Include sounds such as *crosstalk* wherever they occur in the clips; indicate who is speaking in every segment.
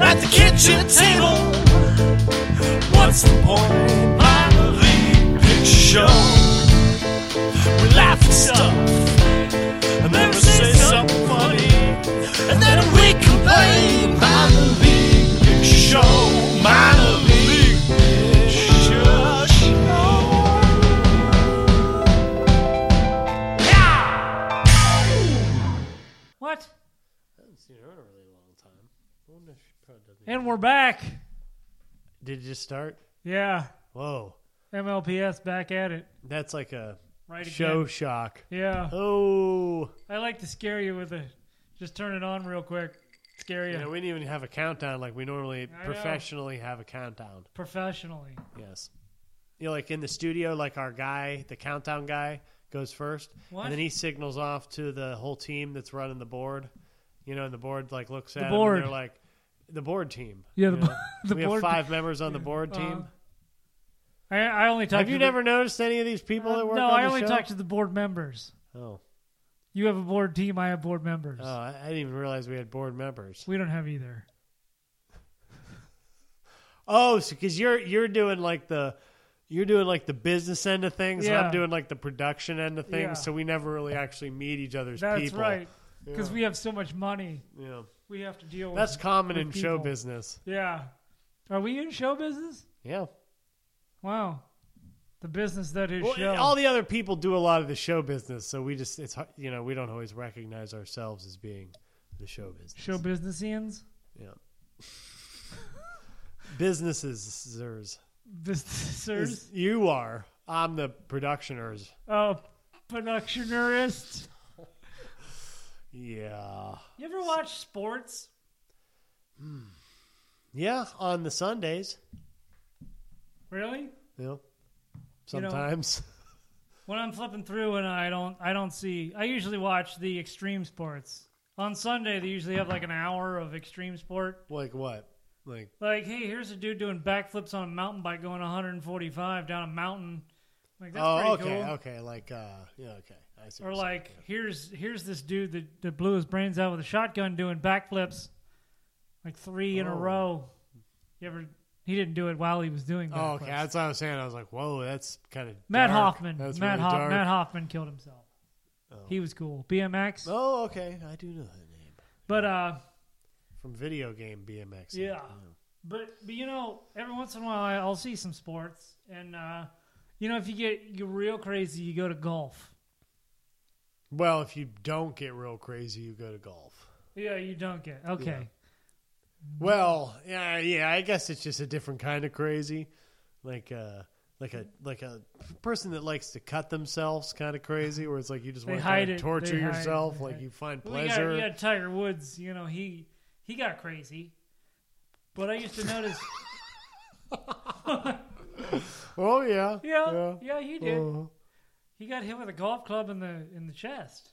Speaker 1: at the kitchen table. What's the point of a lead picture show? We laugh at stuff and then we say something funny, and then we complain. Minor league picture show, minor league picture show. Yeah.
Speaker 2: What?
Speaker 3: I haven't seen her in a really long time. I wonder if she probably doesn't.
Speaker 2: And we're back.
Speaker 3: Did you just start?
Speaker 2: Yeah.
Speaker 3: Whoa,
Speaker 2: MLPS back at it.
Speaker 3: that's like a
Speaker 2: Right again.
Speaker 3: show shock.
Speaker 2: Yeah.
Speaker 3: Oh,
Speaker 2: I like to scare you with a just turn it on real quick. Scare you
Speaker 3: yeah. we didn't even have a countdown like we normally
Speaker 2: I know.
Speaker 3: professionally have a countdown.
Speaker 2: professionally.
Speaker 3: Yes, you know, like in the studio, like our guy, the countdown guy, goes first,
Speaker 2: What?
Speaker 3: and then he signals off to the whole team that's running the board. You know, and the board like looks at him and
Speaker 2: board.
Speaker 3: they're like the board team.
Speaker 2: Yeah,
Speaker 3: you
Speaker 2: the,
Speaker 3: know? *laughs*
Speaker 2: the
Speaker 3: we
Speaker 2: board.
Speaker 3: have five members on the board
Speaker 2: Uh,
Speaker 3: team.
Speaker 2: I, I only talked.
Speaker 3: have
Speaker 2: to
Speaker 3: you
Speaker 2: the-
Speaker 3: never noticed any of these people
Speaker 2: Uh,
Speaker 3: that work?
Speaker 2: no,
Speaker 3: on
Speaker 2: I
Speaker 3: the
Speaker 2: only
Speaker 3: show?
Speaker 2: talked to the board members.
Speaker 3: Oh,
Speaker 2: You have a board team. I have board members.
Speaker 3: oh, I I didn't even realize we had board members.
Speaker 2: we don't have either.
Speaker 3: Oh, so because you're you're doing like the you're doing like the business end of things. And
Speaker 2: Yeah.
Speaker 3: I'm doing like the production end of things.
Speaker 2: Yeah.
Speaker 3: So we never really actually meet each other's
Speaker 2: That's
Speaker 3: people.
Speaker 2: right.
Speaker 3: Yeah.
Speaker 2: Because we have so much money,
Speaker 3: Yeah.
Speaker 2: we have to deal with.
Speaker 3: That's common
Speaker 2: with
Speaker 3: in show
Speaker 2: people.
Speaker 3: business.
Speaker 2: yeah. Are we in show business?
Speaker 3: Yeah.
Speaker 2: Wow. The business that is
Speaker 3: Well,
Speaker 2: show.
Speaker 3: all the other people do a lot of the show business, so we just it's hu- you know we don't always recognize ourselves as being the show business.
Speaker 2: show businessians. *laughs*
Speaker 3: yeah. Businesses,
Speaker 2: Businessers.
Speaker 3: you are. I'm the productioners.
Speaker 2: *laughs* Oh, productionerists.
Speaker 3: Yeah.
Speaker 2: You ever watch sports?
Speaker 3: Yeah. On the Sundays.
Speaker 2: Really?
Speaker 3: Yeah.
Speaker 2: You know-
Speaker 3: Sometimes. *laughs*
Speaker 2: When I'm flipping through and I don't, I don't see. I usually watch the extreme sports on Sunday. They usually have like an hour of extreme sport.
Speaker 3: like what? Like
Speaker 2: Like, hey, here's a dude doing backflips on a mountain bike going 145 down a mountain. Like that's
Speaker 3: oh,
Speaker 2: pretty
Speaker 3: okay,
Speaker 2: cool.
Speaker 3: okay. Like uh, yeah, okay. I see.
Speaker 2: Or
Speaker 3: what you're
Speaker 2: like,
Speaker 3: saying,
Speaker 2: here's here's this dude that, that blew his brains out with a shotgun doing backflips, like three in a
Speaker 3: Oh.
Speaker 2: row. You ever? He didn't do it while he was doing.
Speaker 3: yeah. Oh,
Speaker 2: Backflips.
Speaker 3: okay. That's what I was saying. I was like, whoa, that's kind of
Speaker 2: Matt Hoffman.
Speaker 3: That's
Speaker 2: Matt,
Speaker 3: really
Speaker 2: Hoff-
Speaker 3: dark.
Speaker 2: Matt Hoffman killed himself. He was cool. BMX.
Speaker 3: Oh, okay. I do know that name
Speaker 2: But uh,
Speaker 3: from video game BMX.
Speaker 2: Yeah. but but you know, every once in a while I- I'll see some sports, and uh, you know, if you get you're real crazy, you go to golf.
Speaker 3: Well, if you don't get real crazy, you go to golf.
Speaker 2: Yeah, you don't get okay.
Speaker 3: Well, yeah, yeah. I guess it's just a different kind of crazy, like uh, like a like a person that likes to cut themselves, kind of crazy, where it's like you just
Speaker 2: They
Speaker 3: want
Speaker 2: hide
Speaker 3: to
Speaker 2: it.
Speaker 3: torture
Speaker 2: They hide it.
Speaker 3: yourself,
Speaker 2: They
Speaker 3: like
Speaker 2: hide
Speaker 3: you find
Speaker 2: Well, you, got,
Speaker 3: pleasure.
Speaker 2: you got Tiger Woods. You know, he he got crazy. But I used to notice. *laughs*
Speaker 3: oh yeah,
Speaker 2: yeah, yeah, he did.
Speaker 3: Uh-huh.
Speaker 2: He got hit with a golf club in the in the chest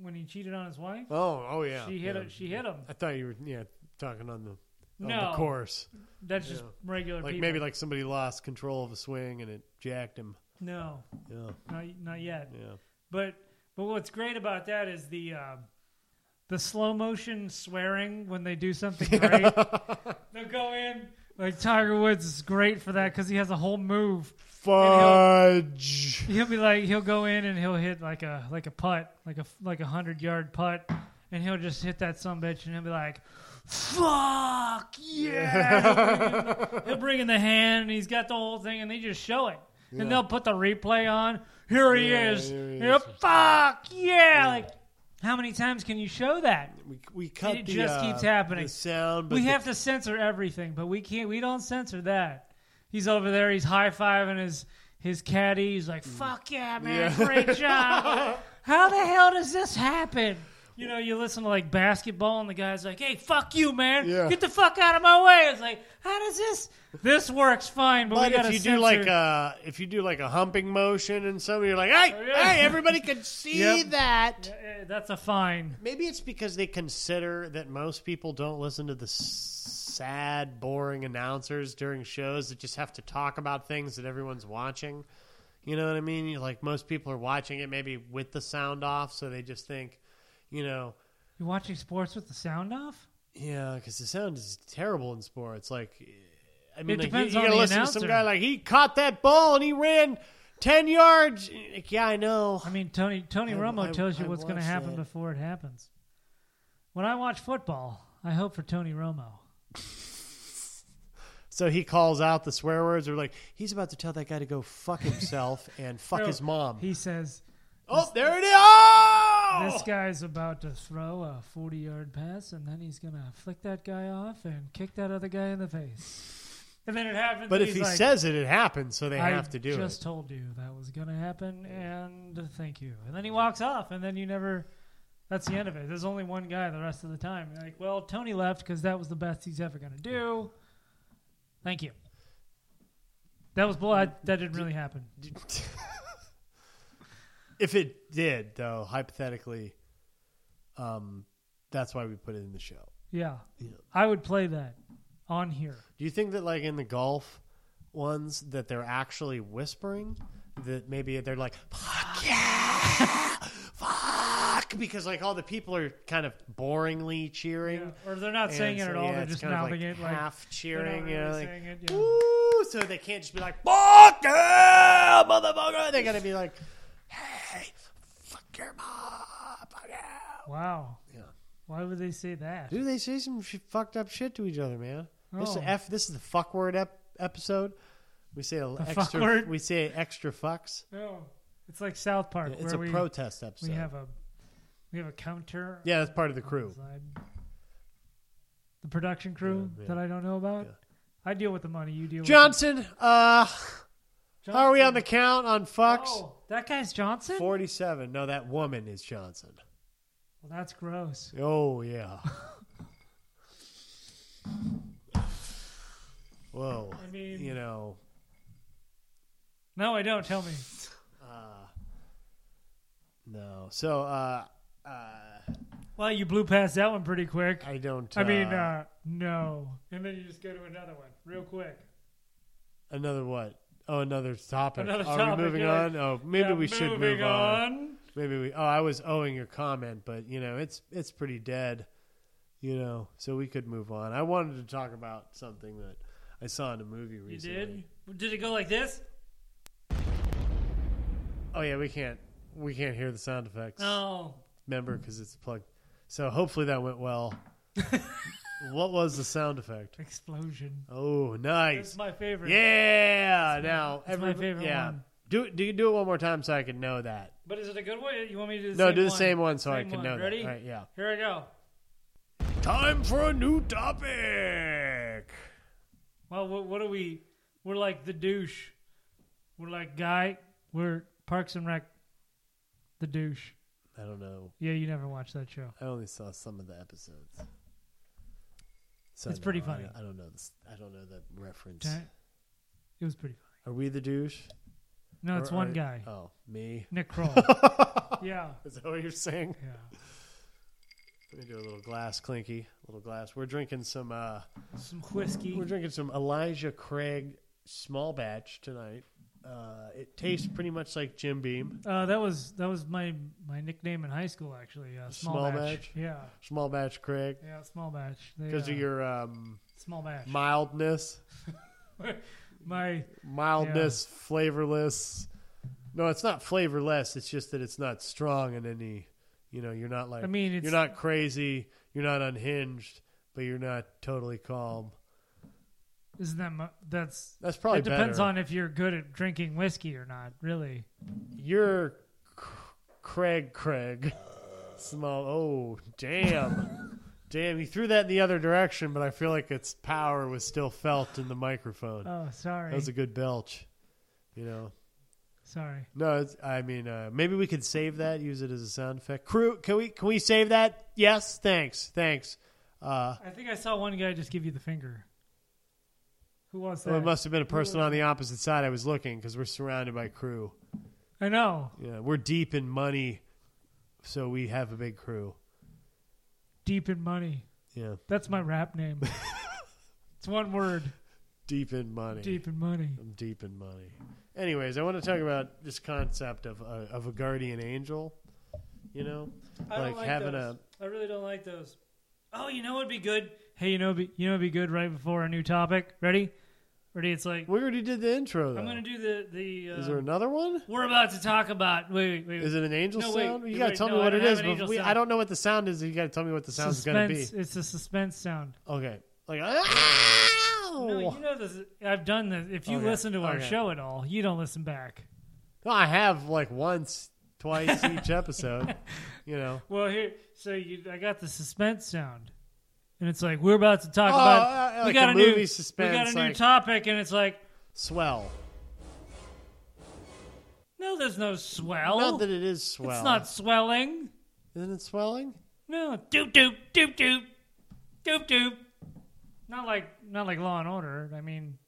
Speaker 2: when he cheated on his wife.
Speaker 3: Oh, oh yeah.
Speaker 2: she hit
Speaker 3: yeah.
Speaker 2: him. She hit him.
Speaker 3: I thought you were yeah talking on the on
Speaker 2: No.
Speaker 3: the course,
Speaker 2: That's just regular
Speaker 3: like
Speaker 2: people.
Speaker 3: maybe like somebody lost control of a swing and it jacked him.
Speaker 2: no,
Speaker 3: Yeah,
Speaker 2: not not yet.
Speaker 3: yeah.
Speaker 2: But but what's great about that is the uh, the slow motion swearing when they do something
Speaker 3: *laughs*
Speaker 2: great. They'll go in like Tiger Woods is great for that because he has a whole move.
Speaker 3: Fudge.
Speaker 2: He'll be like he'll go in and he'll hit like a like a putt like a like a hundred yard putt, and he'll just hit that some bitch and he'll be like. Fuck
Speaker 3: *laughs*
Speaker 2: yeah! He'll bring, in, he'll bring in the hand, and he's got the whole thing, and they just show it, and they'll put the replay on. Here he
Speaker 3: Yeah,
Speaker 2: is!
Speaker 3: here he
Speaker 2: Yeah,
Speaker 3: is.
Speaker 2: Fuck yeah! Like, how many times can you show that?
Speaker 3: We, we cut
Speaker 2: It
Speaker 3: the,
Speaker 2: just
Speaker 3: uh,
Speaker 2: keeps happening.
Speaker 3: the sound. But
Speaker 2: we
Speaker 3: the-
Speaker 2: have to censor everything, but we can't. We don't censor that. He's over there. He's high fiving his his caddy. He's like, "Fuck yeah, man!
Speaker 3: Mm. Yeah.
Speaker 2: Great job!"
Speaker 3: *laughs*
Speaker 2: How the hell does this happen? You know, you listen to like basketball, and the guy's like, "Hey, fuck you, man!
Speaker 3: Yeah.
Speaker 2: Get the fuck out of my way!" It's like, how does this? This works fine, but, we
Speaker 3: But
Speaker 2: gotta
Speaker 3: if you
Speaker 2: censor.
Speaker 3: do like uh, a if you do like a humping motion and somebody you're like hey
Speaker 2: Oh, yeah.
Speaker 3: hey everybody can
Speaker 2: *laughs*
Speaker 3: see
Speaker 2: Yep.
Speaker 3: that.
Speaker 2: Eh, that's a fine.
Speaker 3: Maybe it's because they consider that most people don't listen to the s- sad, boring announcers during shows that just have to talk about things that everyone's watching. You know what I mean? You're Like most people are watching it maybe with the sound off, so they just think, you know,
Speaker 2: You watching sports with the sound off?
Speaker 3: Yeah, because the sound is terrible in sports. Like, I mean,
Speaker 2: It
Speaker 3: like, you-
Speaker 2: depends
Speaker 3: you,
Speaker 2: on
Speaker 3: gotta
Speaker 2: the
Speaker 3: listen to some
Speaker 2: announcer.
Speaker 3: guy like he caught that ball and he ran ten yards. Like, yeah, I know.
Speaker 2: I mean, Tony Tony
Speaker 3: I-
Speaker 2: Romo
Speaker 3: I-
Speaker 2: tells you
Speaker 3: I
Speaker 2: what's going to
Speaker 3: watched
Speaker 2: happen
Speaker 3: that.
Speaker 2: before it happens. When I watch football, I hope for Tony Romo.
Speaker 3: So he calls out the swear words. Or like he's about to tell that guy to go
Speaker 2: *laughs*
Speaker 3: fuck himself and fuck
Speaker 2: No,
Speaker 3: his mom.
Speaker 2: He says
Speaker 3: oh, there it is. Oh!
Speaker 2: this guy's about to throw a forty-yard pass, and then he's going to flick that guy off and kick that other guy in the face. And then it happens.
Speaker 3: But
Speaker 2: and
Speaker 3: if
Speaker 2: he's
Speaker 3: he
Speaker 2: like,
Speaker 3: says it, it happens. So they have to do
Speaker 2: I
Speaker 3: it.
Speaker 2: just told you that was going to happen, and thank you. And then he walks off, and then you never. That's the end of it. There's only one guy the rest of the time. You're like, well, Tony left because that was the best he's ever going to do. Thank you. That was blood. That didn't really happen.
Speaker 3: *laughs* if it did, though, hypothetically, um, that's why we put it in the show.
Speaker 2: Yeah.
Speaker 3: Yeah.
Speaker 2: I would play that on here.
Speaker 3: Do you think that, like in the golf ones, that they're actually whispering? That maybe they're like, "Fuck yeah, fuck," because like all the people are kind of boringly cheering.
Speaker 2: Or they're not
Speaker 3: And
Speaker 2: saying it
Speaker 3: so,
Speaker 2: at all.
Speaker 3: yeah,
Speaker 2: they're
Speaker 3: it's
Speaker 2: just
Speaker 3: kind of,
Speaker 2: mouthing it like
Speaker 3: half
Speaker 2: they're not
Speaker 3: cheering.
Speaker 2: really
Speaker 3: you know, like,
Speaker 2: saying it, yeah.
Speaker 3: Woo! So they can't just be like, fuck yeah, motherfucker. They gotta be like, hey, fuck your mom. Fuck yeah.
Speaker 2: Wow.
Speaker 3: Yeah.
Speaker 2: Why would they say that?
Speaker 3: Dude, they say some sh- fucked up shit to each other, man. This is
Speaker 2: Oh.
Speaker 3: F. This is the fuck word ep- episode. We say a l-
Speaker 2: fuck
Speaker 3: extra.
Speaker 2: word?
Speaker 3: We say extra fucks.
Speaker 2: No. It's like South Park
Speaker 3: It's
Speaker 2: where
Speaker 3: a
Speaker 2: we
Speaker 3: protest episode.
Speaker 2: We have a we have a counter.
Speaker 3: yeah, that's part of the crew.
Speaker 2: Side. The production crew
Speaker 3: Yeah, yeah.
Speaker 2: that I don't know about.
Speaker 3: Yeah.
Speaker 2: I deal with the money. You deal
Speaker 3: Johnson, uh,
Speaker 2: with.
Speaker 3: how are we on the count on fucks?
Speaker 2: Oh, that guy's Johnson.
Speaker 3: Forty-seven. No, that woman is Johnson.
Speaker 2: Well, that's gross. *laughs*
Speaker 3: Oh yeah. Whoa.
Speaker 2: I mean-
Speaker 3: you know,
Speaker 2: No, I don't.
Speaker 3: *laughs*
Speaker 2: Tell me.
Speaker 3: no. So uh, uh,
Speaker 2: Well, you blew past that one pretty quick.
Speaker 3: I don't.
Speaker 2: I mean, uh, no. And then you just go to another one real quick.
Speaker 3: another what? Oh, another topic.
Speaker 2: Another
Speaker 3: Are
Speaker 2: topic,
Speaker 3: we moving
Speaker 2: yeah.
Speaker 3: on? Oh, maybe
Speaker 2: Yeah,
Speaker 3: we should
Speaker 2: moving
Speaker 3: move on.
Speaker 2: on.
Speaker 3: Maybe we. Oh, I was owing your comment, but you know, it's it's pretty dead. You know, so we could move on. I wanted to talk about something that I saw in a movie
Speaker 2: You
Speaker 3: recently.
Speaker 2: did? Did it go like this?
Speaker 3: Oh yeah, we can't we can't hear the sound effects.
Speaker 2: No.
Speaker 3: member because it's plugged. So hopefully that
Speaker 2: *laughs*
Speaker 3: went well. what was the sound effect?
Speaker 2: Explosion.
Speaker 3: Oh,
Speaker 2: That's
Speaker 3: nice!
Speaker 2: my favorite.
Speaker 3: Yeah, now
Speaker 2: that's my
Speaker 3: everyb-
Speaker 2: favorite
Speaker 3: yeah.
Speaker 2: one.
Speaker 3: Do it- do you do it one more time so I can know that?
Speaker 2: But is it a good one? You want me to do the
Speaker 3: no,
Speaker 2: same
Speaker 3: do the
Speaker 2: one?
Speaker 3: same one so I
Speaker 2: Same
Speaker 3: can
Speaker 2: one.
Speaker 3: know
Speaker 2: Ready?
Speaker 3: that. Right? Yeah.
Speaker 2: Here I go.
Speaker 3: Time for a new topic.
Speaker 2: Well, what, what are we? We're like the douche. We're like guy. We're Parks and Rec. The douche.
Speaker 3: I don't know.
Speaker 2: Yeah, you never watched that show.
Speaker 3: I only saw some of the episodes. So
Speaker 2: It's
Speaker 3: no,
Speaker 2: pretty
Speaker 3: I
Speaker 2: funny.
Speaker 3: don't- I don't know. This, I don't know the reference.
Speaker 2: It was pretty funny.
Speaker 3: Are we the douche?
Speaker 2: No, it's
Speaker 3: Or
Speaker 2: one
Speaker 3: are-
Speaker 2: guy,
Speaker 3: Oh, me. *laughs*
Speaker 2: Nick Kroll. yeah,
Speaker 3: Is that what you're saying?
Speaker 2: yeah.
Speaker 3: Let me do a little glass clinky, a little glass. We're drinking some. Uh,
Speaker 2: Some whiskey.
Speaker 3: we're drinking some Elijah Craig small batch tonight. Uh, it tastes pretty much like Jim Beam.
Speaker 2: Uh, that was that was my my nickname in high school actually. Uh, small,
Speaker 3: Small
Speaker 2: batch.
Speaker 3: batch?
Speaker 2: Yeah,
Speaker 3: Small batch Craig
Speaker 2: yeah. Small batch. They,
Speaker 3: because
Speaker 2: uh,
Speaker 3: of your um,
Speaker 2: small batch. *laughs* My,
Speaker 3: mildness, mildness, flavorless. No, it's not flavorless. It's just that it's not strong in any. You know, you're not like.
Speaker 2: I mean, it's
Speaker 3: you're not crazy. You're not unhinged, but you're not totally calm.
Speaker 2: Isn't that mu- that's
Speaker 3: That's probably
Speaker 2: it depends
Speaker 3: better.
Speaker 2: on if you're good at drinking whiskey or not, really.
Speaker 3: You're C- Craig Craig. Small. Oh, damn. damn, you threw that in the other direction, but I feel like its power was still felt in the microphone.
Speaker 2: Oh, sorry.
Speaker 3: that was a good belch. You know?
Speaker 2: sorry.
Speaker 3: No, it's, I mean, uh, maybe we could save that, use it as a sound effect. Crew, can we can we save that? Yes, thanks, thanks. Uh,
Speaker 2: I think I saw one guy just give you the finger. Who was that?
Speaker 3: well, it must have been a person on the opposite side. I was looking because we're surrounded by crew.
Speaker 2: I know.
Speaker 3: Yeah, we're deep in money, so we have a big crew.
Speaker 2: Deep in money.
Speaker 3: Yeah,
Speaker 2: That's my rap
Speaker 3: *laughs*
Speaker 2: name. it's one word.
Speaker 3: deep in money.
Speaker 2: Deep in money.
Speaker 3: I'm deep in money. Anyways, I want to talk about this concept of a, of a guardian angel. You know, like having
Speaker 2: I really don't like those. Oh, you know what'd be good? Hey, you know, be, you know, it'd be good right before a new topic. Ready? Ready? It's like
Speaker 3: We already did the intro, though.
Speaker 2: I'm gonna do the the. Uh,
Speaker 3: Is there another one?
Speaker 2: we're about to talk about. Wait, wait, wait.
Speaker 3: Is it an angel
Speaker 2: No, wait,
Speaker 3: sound? you
Speaker 2: wait,
Speaker 3: gotta tell
Speaker 2: no,
Speaker 3: me
Speaker 2: I
Speaker 3: what
Speaker 2: don't
Speaker 3: it
Speaker 2: have
Speaker 3: is.
Speaker 2: an
Speaker 3: But
Speaker 2: angel
Speaker 3: we, I
Speaker 2: sound.
Speaker 3: don't know what the sound is. You gotta tell me what the sound's gonna be.
Speaker 2: suspense? It's a suspense sound.
Speaker 3: Okay. Like,
Speaker 2: No,
Speaker 3: "Ow!"
Speaker 2: you know this. I've done this. If you
Speaker 3: Oh. Okay,
Speaker 2: listen to our
Speaker 3: okay.
Speaker 2: show at all, you don't listen back.
Speaker 3: No, I have like once, twice each episode. You know.
Speaker 2: Well, here, so you, I got the suspense sound, and it's like we're about to talk
Speaker 3: Oh,
Speaker 2: about.
Speaker 3: uh,
Speaker 2: we
Speaker 3: like
Speaker 2: got
Speaker 3: a
Speaker 2: a,
Speaker 3: movie
Speaker 2: new We got a
Speaker 3: suspense,
Speaker 2: new
Speaker 3: like-
Speaker 2: topic, and it's like,
Speaker 3: Swell.
Speaker 2: no, there's no swell.
Speaker 3: Not that it is swell.
Speaker 2: It's not swelling.
Speaker 3: Isn't it swelling?
Speaker 2: No, doop doop doop doop doop doop. Not like not like Law and Order. I mean,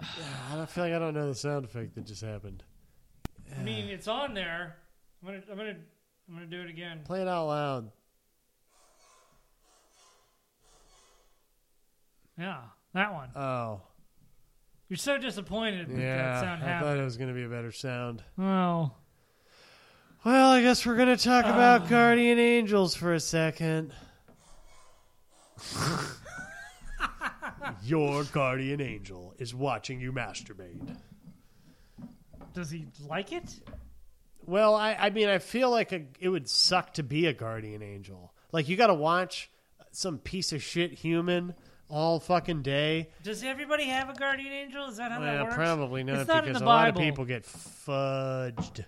Speaker 3: I don't feel like I don't know the sound effect that just happened.
Speaker 2: I mean it's on there. I'm gonna I'm gonna I'm gonna do it again.
Speaker 3: Play it out loud.
Speaker 2: Yeah, that one.
Speaker 3: Oh.
Speaker 2: You're so disappointed that
Speaker 3: Yeah.
Speaker 2: that sound
Speaker 3: I thought
Speaker 2: happened.
Speaker 3: it was gonna be a better sound.
Speaker 2: Well,
Speaker 3: Well, I guess we're gonna talk
Speaker 2: Ah.
Speaker 3: about guardian angels for a second. Your guardian angel is watching you masturbate.
Speaker 2: does he like it?
Speaker 3: Well, I, I mean, I feel like a, it would suck to be a guardian angel. Like you got to watch some piece of shit human all fucking day.
Speaker 2: Does everybody have a guardian angel? Is that how that
Speaker 3: Well,
Speaker 2: works?
Speaker 3: probably not
Speaker 2: It's not in
Speaker 3: because
Speaker 2: the
Speaker 3: a lot of
Speaker 2: Bible.
Speaker 3: people get fudged.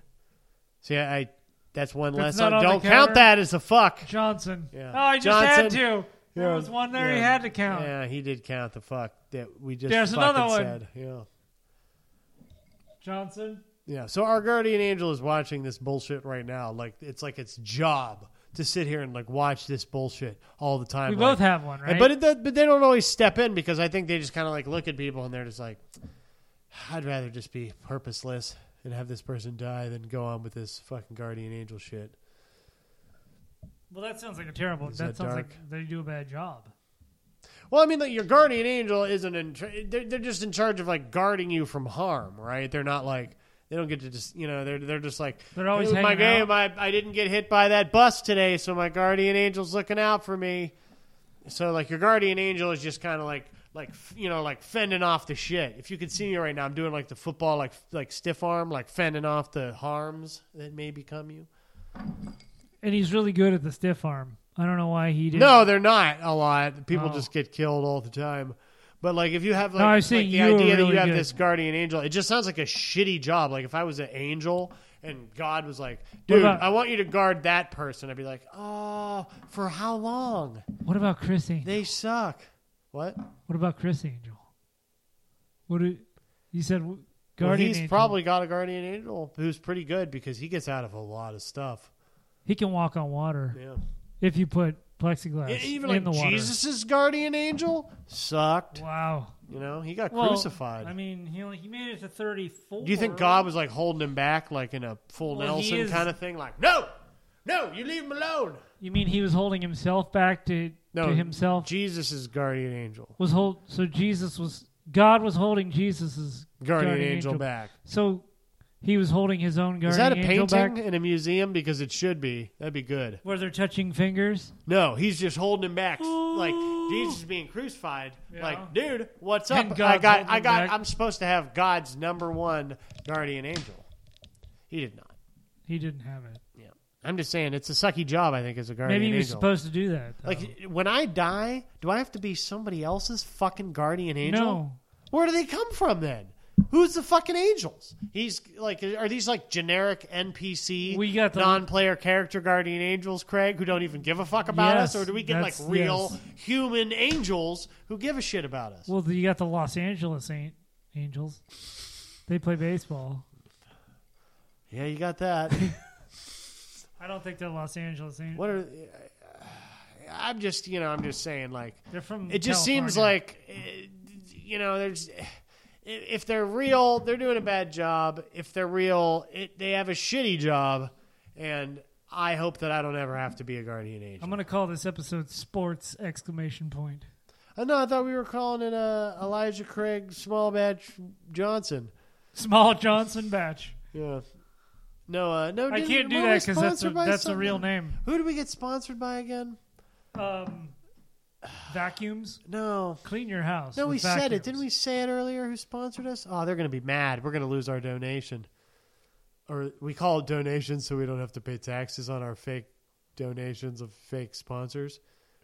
Speaker 3: See, I, I that's one
Speaker 2: That's
Speaker 3: lesson.
Speaker 2: not on the
Speaker 3: Don't count
Speaker 2: counter.
Speaker 3: that as a fuck.
Speaker 2: Johnson.
Speaker 3: Yeah.
Speaker 2: Oh, I just had
Speaker 3: Johnson.
Speaker 2: to. There
Speaker 3: Yeah,
Speaker 2: was one there he
Speaker 3: yeah,
Speaker 2: had to count.
Speaker 3: Yeah, he did count the fuck that we just
Speaker 2: There's
Speaker 3: fucking
Speaker 2: another one.
Speaker 3: said. Yeah.
Speaker 2: Johnson.
Speaker 3: Yeah. So our guardian angel is watching this bullshit right now. Like it's like its job to sit here and like watch this bullshit all the time.
Speaker 2: We
Speaker 3: like,
Speaker 2: both have one, right?
Speaker 3: And- But it, does- but they don't always step in because I think they just kind of like look at people and they're just like, I'd rather just be purposeless and have this person die than go on with this fucking guardian angel shit.
Speaker 2: well, that sounds like a terrible.
Speaker 3: Is
Speaker 2: That,
Speaker 3: that
Speaker 2: sounds
Speaker 3: dark?
Speaker 2: like they do a bad job.
Speaker 3: Well, I mean, like your guardian angel isn't in. Tra- they're, they're just in charge of like guarding you from harm, right? They're not like they don't get to just you know they're they're just like
Speaker 2: They're always
Speaker 3: "Hey, my
Speaker 2: hanging
Speaker 3: game. I I didn't get hit by that bus today, so my guardian angel's looking out for me. So like your guardian angel is just kind of like like f- you know like fending off the shit. If you could see me right now, I'm doing like the football like like stiff arm, like fending off the harms that may become you.
Speaker 2: And he's really good at the stiff arm. I don't know why he didn't.
Speaker 3: No, they're not a lot. People
Speaker 2: Oh.
Speaker 3: just get killed all the time. But like, if you have like,
Speaker 2: No, I
Speaker 3: like,
Speaker 2: see.
Speaker 3: the
Speaker 2: You were
Speaker 3: idea that
Speaker 2: really
Speaker 3: you have
Speaker 2: good.
Speaker 3: this guardian angel, it just sounds like a shitty job. Like if I was an angel and God was like,
Speaker 2: What
Speaker 3: "Dude,
Speaker 2: about-
Speaker 3: I want you to guard that person," I'd be like, "Oh, for how long?
Speaker 2: What about Chris Angel?
Speaker 3: They suck." What?
Speaker 2: What about Chris Angel? What do you said? w-
Speaker 3: Well,
Speaker 2: Guardian
Speaker 3: he's
Speaker 2: Angel.
Speaker 3: probably got a guardian angel who's pretty good because he gets out of a lot of stuff.
Speaker 2: he can walk on water
Speaker 3: Yeah.
Speaker 2: if you put plexiglass
Speaker 3: E- Even
Speaker 2: in
Speaker 3: like
Speaker 2: the water.
Speaker 3: Jesus's guardian angel sucked.
Speaker 2: Wow.
Speaker 3: You know, he got
Speaker 2: Well,
Speaker 3: crucified.
Speaker 2: I mean, he only, he made it to thirty four.
Speaker 3: Do you think God was like holding him back, like in a full
Speaker 2: Well, he
Speaker 3: Nelson
Speaker 2: is-
Speaker 3: kind of thing? Like, no, no, you leave him alone.
Speaker 2: You mean he was holding himself back to
Speaker 3: No,
Speaker 2: to himself?
Speaker 3: Jesus is guardian angel,
Speaker 2: was hold so Jesus was God was holding Jesus's
Speaker 3: guardian, angel, back.
Speaker 2: So he was holding his own guardian
Speaker 3: is that a
Speaker 2: angel
Speaker 3: painting
Speaker 2: back.
Speaker 3: in a museum? Because it should be. That'd be good.
Speaker 2: Where they're touching fingers.
Speaker 3: No, he's just holding him back. Like Jesus is being crucified.
Speaker 2: Yeah.
Speaker 3: Like, dude, what's
Speaker 2: And
Speaker 3: up? I
Speaker 2: God's
Speaker 3: got,
Speaker 2: holding
Speaker 3: I
Speaker 2: him
Speaker 3: got.
Speaker 2: back.
Speaker 3: I'm supposed to have God's number one guardian angel. He did not.
Speaker 2: He didn't have it.
Speaker 3: Yeah, I'm just saying it's a sucky job. I think as a guardian
Speaker 2: Maybe he was
Speaker 3: angel.
Speaker 2: supposed to do that. though.
Speaker 3: Like when I die, do I have to be somebody else's fucking guardian angel?
Speaker 2: no,
Speaker 3: Where do they come from then? Who's the fucking angels? He's like, are these like generic NPC,
Speaker 2: We got the-
Speaker 3: non-player character guardian angels, Craig, who don't even give a fuck about
Speaker 2: Yes,
Speaker 3: us, or do we get like
Speaker 2: that's-
Speaker 3: real
Speaker 2: yes.
Speaker 3: human angels who give a shit about us?
Speaker 2: well you got the Los Angeles An- Angels. They play baseball.
Speaker 3: yeah, you got that.
Speaker 2: I don't think they're Los Angeles Angels.
Speaker 3: what are? *sighs* I'm just, you know, I'm just saying, like,
Speaker 2: They're from.
Speaker 3: It just seems
Speaker 2: California.
Speaker 3: like, eh, you know, there's eh, if they're real, they're doing a bad job. If they're real, it, they have a shitty job. And I hope that I don't ever have to be a guardian angel.
Speaker 2: I'm gonna call this episode "Sports!" Exclamation point.
Speaker 3: Oh, no, I thought we were calling it uh, Elijah Craig Small Batch Johnson.
Speaker 2: Small Johnson Batch.
Speaker 3: Yeah. No, uh, no.
Speaker 2: I
Speaker 3: didn't-
Speaker 2: can't do
Speaker 3: were we
Speaker 2: that because that's a,
Speaker 3: sponsored by uh,
Speaker 2: that's a real
Speaker 3: something?
Speaker 2: name.
Speaker 3: Who do we get sponsored by again?
Speaker 2: um, vacuums.
Speaker 3: No.
Speaker 2: Clean your house.
Speaker 3: No, we
Speaker 2: with
Speaker 3: said it.
Speaker 2: vacuums.
Speaker 3: Didn't we say it earlier? Who sponsored us? Oh, they're going to be mad. We're going to lose our donation. Or we call it donations so we don't have to pay taxes on our fake donations of fake sponsors.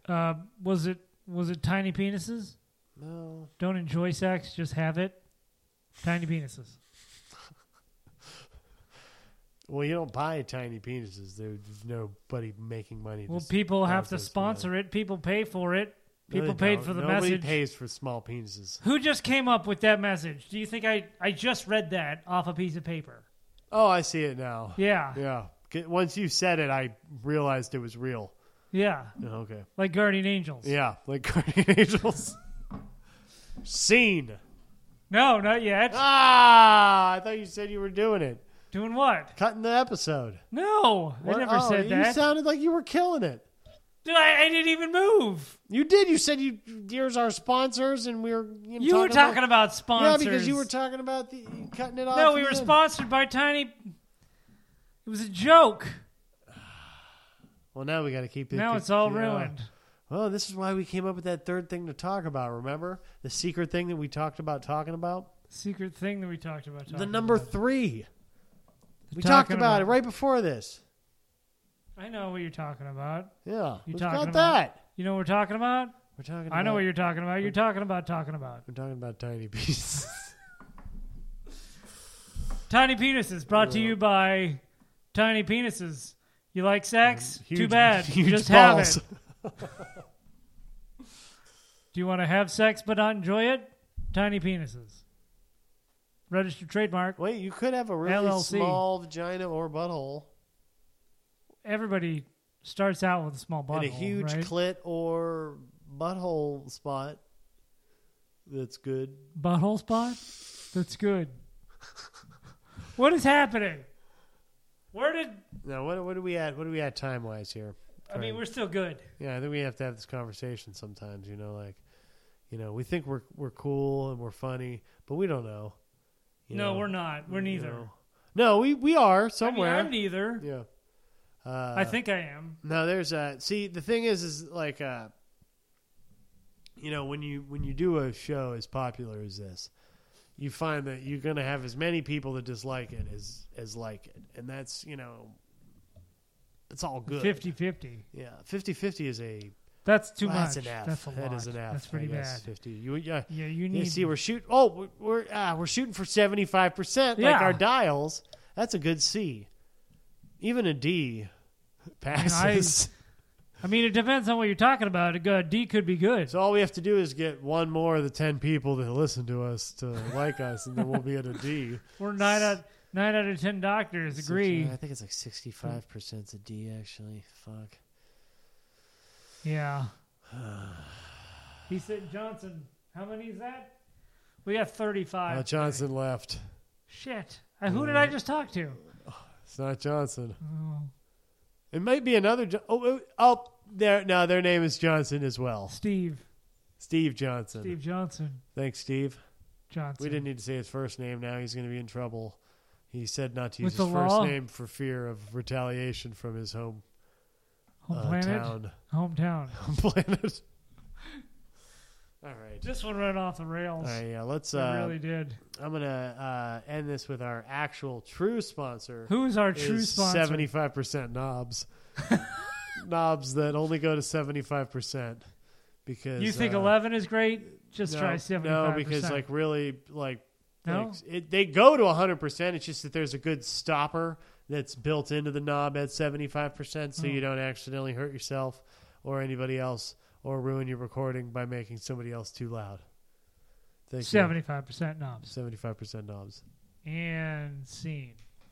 Speaker 2: Uh, was it was it tiny penises?
Speaker 3: No.
Speaker 2: Don't enjoy sex, just have it. Tiny penises.
Speaker 3: Well, you don't buy tiny penises. There's nobody making money. to
Speaker 2: Well,
Speaker 3: s-
Speaker 2: people have to
Speaker 3: sponsors,
Speaker 2: sponsor it. People pay for it.
Speaker 3: No,
Speaker 2: People
Speaker 3: they
Speaker 2: paid
Speaker 3: don't.
Speaker 2: for the
Speaker 3: Nobody
Speaker 2: message.
Speaker 3: pays for small penises.
Speaker 2: Who just came up with that message? Do you think I I just read that off a piece of paper?
Speaker 3: Oh, I see it now.
Speaker 2: Yeah, yeah.
Speaker 3: Yeah. G- Once you said it, I realized it was real. Oh, Okay.
Speaker 2: Like guardian angels.
Speaker 3: Yeah, like *laughs* Guardian Angels. Scene.
Speaker 2: No, not yet.
Speaker 3: Ah, I thought you said you were doing it.
Speaker 2: Doing what?
Speaker 3: Cutting the episode.
Speaker 2: No,
Speaker 3: What?
Speaker 2: I never
Speaker 3: Oh,
Speaker 2: said
Speaker 3: You
Speaker 2: that.
Speaker 3: sounded like you were killing it.
Speaker 2: Dude, I, I didn't even move.
Speaker 3: You did. You said you here's our sponsors, and we were you, know,
Speaker 2: You were talking
Speaker 3: about,
Speaker 2: about sponsors.
Speaker 3: yeah because you were talking about the cutting it off.
Speaker 2: No, we
Speaker 3: and
Speaker 2: were
Speaker 3: then-
Speaker 2: sponsored by Tiny. It was a joke.
Speaker 3: Well, now we got to keep it.
Speaker 2: now it's all
Speaker 3: yeah.
Speaker 2: ruined.
Speaker 3: Well, this is why we came up with that third thing to talk about. Remember the secret thing that we talked about talking about.
Speaker 2: Secret thing that we talked about.
Speaker 3: the
Speaker 2: talking
Speaker 3: number
Speaker 2: about.
Speaker 3: three. We
Speaker 2: Talking
Speaker 3: talked about,
Speaker 2: about-
Speaker 3: it right before this.
Speaker 2: I know what you're talking about.
Speaker 3: Yeah,
Speaker 2: You
Speaker 3: What
Speaker 2: talking
Speaker 3: about
Speaker 2: about-
Speaker 3: that?
Speaker 2: You know what we're talking about?
Speaker 3: We're talking. About,
Speaker 2: I know what you're talking about. You're talking about talking about.
Speaker 3: We're talking about tiny pieces. *laughs*
Speaker 2: Tiny Penises brought to you by Tiny Penises. You like sex?
Speaker 3: Huge-
Speaker 2: Too bad.
Speaker 3: *laughs* huge
Speaker 2: Just
Speaker 3: balls.
Speaker 2: have it. Do you want to have sex but not enjoy it? Tiny Penises. Registered trademark.
Speaker 3: Wait, you could have a really
Speaker 2: LLC.
Speaker 3: small vagina or butthole,
Speaker 2: Everybody starts out with a small butthole,
Speaker 3: and a huge
Speaker 2: right?
Speaker 3: clit or butthole spot. That's good.
Speaker 2: butthole spot? That's good. what is happening? Where did
Speaker 3: Now, what, what are we at? What are we at time wise here?
Speaker 2: I mean? We're still good.
Speaker 3: Yeah, I think we have to have this conversation sometimes. You know, like, you know, we think we're we're cool and we're funny, but we don't know. you
Speaker 2: no,
Speaker 3: know,
Speaker 2: we're not. We're
Speaker 3: you
Speaker 2: neither.
Speaker 3: know. No, we we are
Speaker 2: I mean,
Speaker 3: somewhere.
Speaker 2: I'm neither.
Speaker 3: yeah. Uh,
Speaker 2: I think I am.
Speaker 3: No, there's a see. The thing is, is like, uh, you know, when you when you do a show as popular as this, you find that you're gonna have as many people that dislike it as as like it, and that's you know, it's all good.
Speaker 2: 50 50.
Speaker 3: yeah, 50-50 is a
Speaker 2: That's too
Speaker 3: well,
Speaker 2: much.
Speaker 3: That's an F.
Speaker 2: That's a
Speaker 3: That
Speaker 2: lot.
Speaker 3: is an F.
Speaker 2: That's
Speaker 3: I
Speaker 2: pretty
Speaker 3: guess,
Speaker 2: bad.
Speaker 3: Fifty. You yeah.
Speaker 2: Yeah, you
Speaker 3: You
Speaker 2: need.
Speaker 3: see, we're shooting. Oh, we're we're, ah, we're shooting for seventy five percent, like
Speaker 2: Yeah.
Speaker 3: our dials. That's a good C. Even a D passes.
Speaker 2: I mean, it depends on what you're talking about. A good D could be good.
Speaker 3: So all we have to do is get one more of the ten people that listen to us to like us, and then we'll be at
Speaker 2: *laughs*
Speaker 3: a D.
Speaker 2: We're nine out nine out of ten doctors agree.
Speaker 3: I think it's like sixty-five percent a D, actually. Fuck. *sighs*
Speaker 2: Yeah. he said, Johnson, how many is that? We got 35.
Speaker 3: Uh, Johnson left.
Speaker 2: Shit. Uh, who did I just talk to? Oh,
Speaker 3: It's not Johnson. It might be another. Jo- oh, oh, oh, there. No, their name is Johnson as well.
Speaker 2: Steve.
Speaker 3: Steve Johnson.
Speaker 2: Steve Johnson.
Speaker 3: Thanks, Steve.
Speaker 2: Johnson.
Speaker 3: We didn't need to say his first name. Now he's going to be in trouble. He said not to use
Speaker 2: With
Speaker 3: his
Speaker 2: the
Speaker 3: first
Speaker 2: law?
Speaker 3: name for fear of retaliation from his home
Speaker 2: Home
Speaker 3: uh,
Speaker 2: planet.
Speaker 3: town *laughs*
Speaker 2: Hometown. *laughs*
Speaker 3: home planet. All right.
Speaker 2: This one ran off the
Speaker 3: All
Speaker 2: rails.
Speaker 3: right, yeah, let's.
Speaker 2: It
Speaker 3: Uh,
Speaker 2: really did.
Speaker 3: I'm gonna uh, end this with our actual true sponsor.
Speaker 2: Who is our true sponsor?
Speaker 3: Seventy-five
Speaker 2: *laughs*
Speaker 3: percent knobs, knobs that only go to seventy-five percent because
Speaker 2: You think
Speaker 3: uh,
Speaker 2: 11 is great? Just
Speaker 3: no,
Speaker 2: try 75.
Speaker 3: No, because like really, like
Speaker 2: No?
Speaker 3: like, it, they go to hundred percent. It's just that there's a good stopper that's built into the knob at seventy-five percent,
Speaker 2: Oh.
Speaker 3: so you don't accidentally hurt yourself or anybody else or ruin your recording by making somebody else too loud. Thank you.
Speaker 2: 75% knobs.
Speaker 3: Seventy-five percent knobs.
Speaker 2: And scene.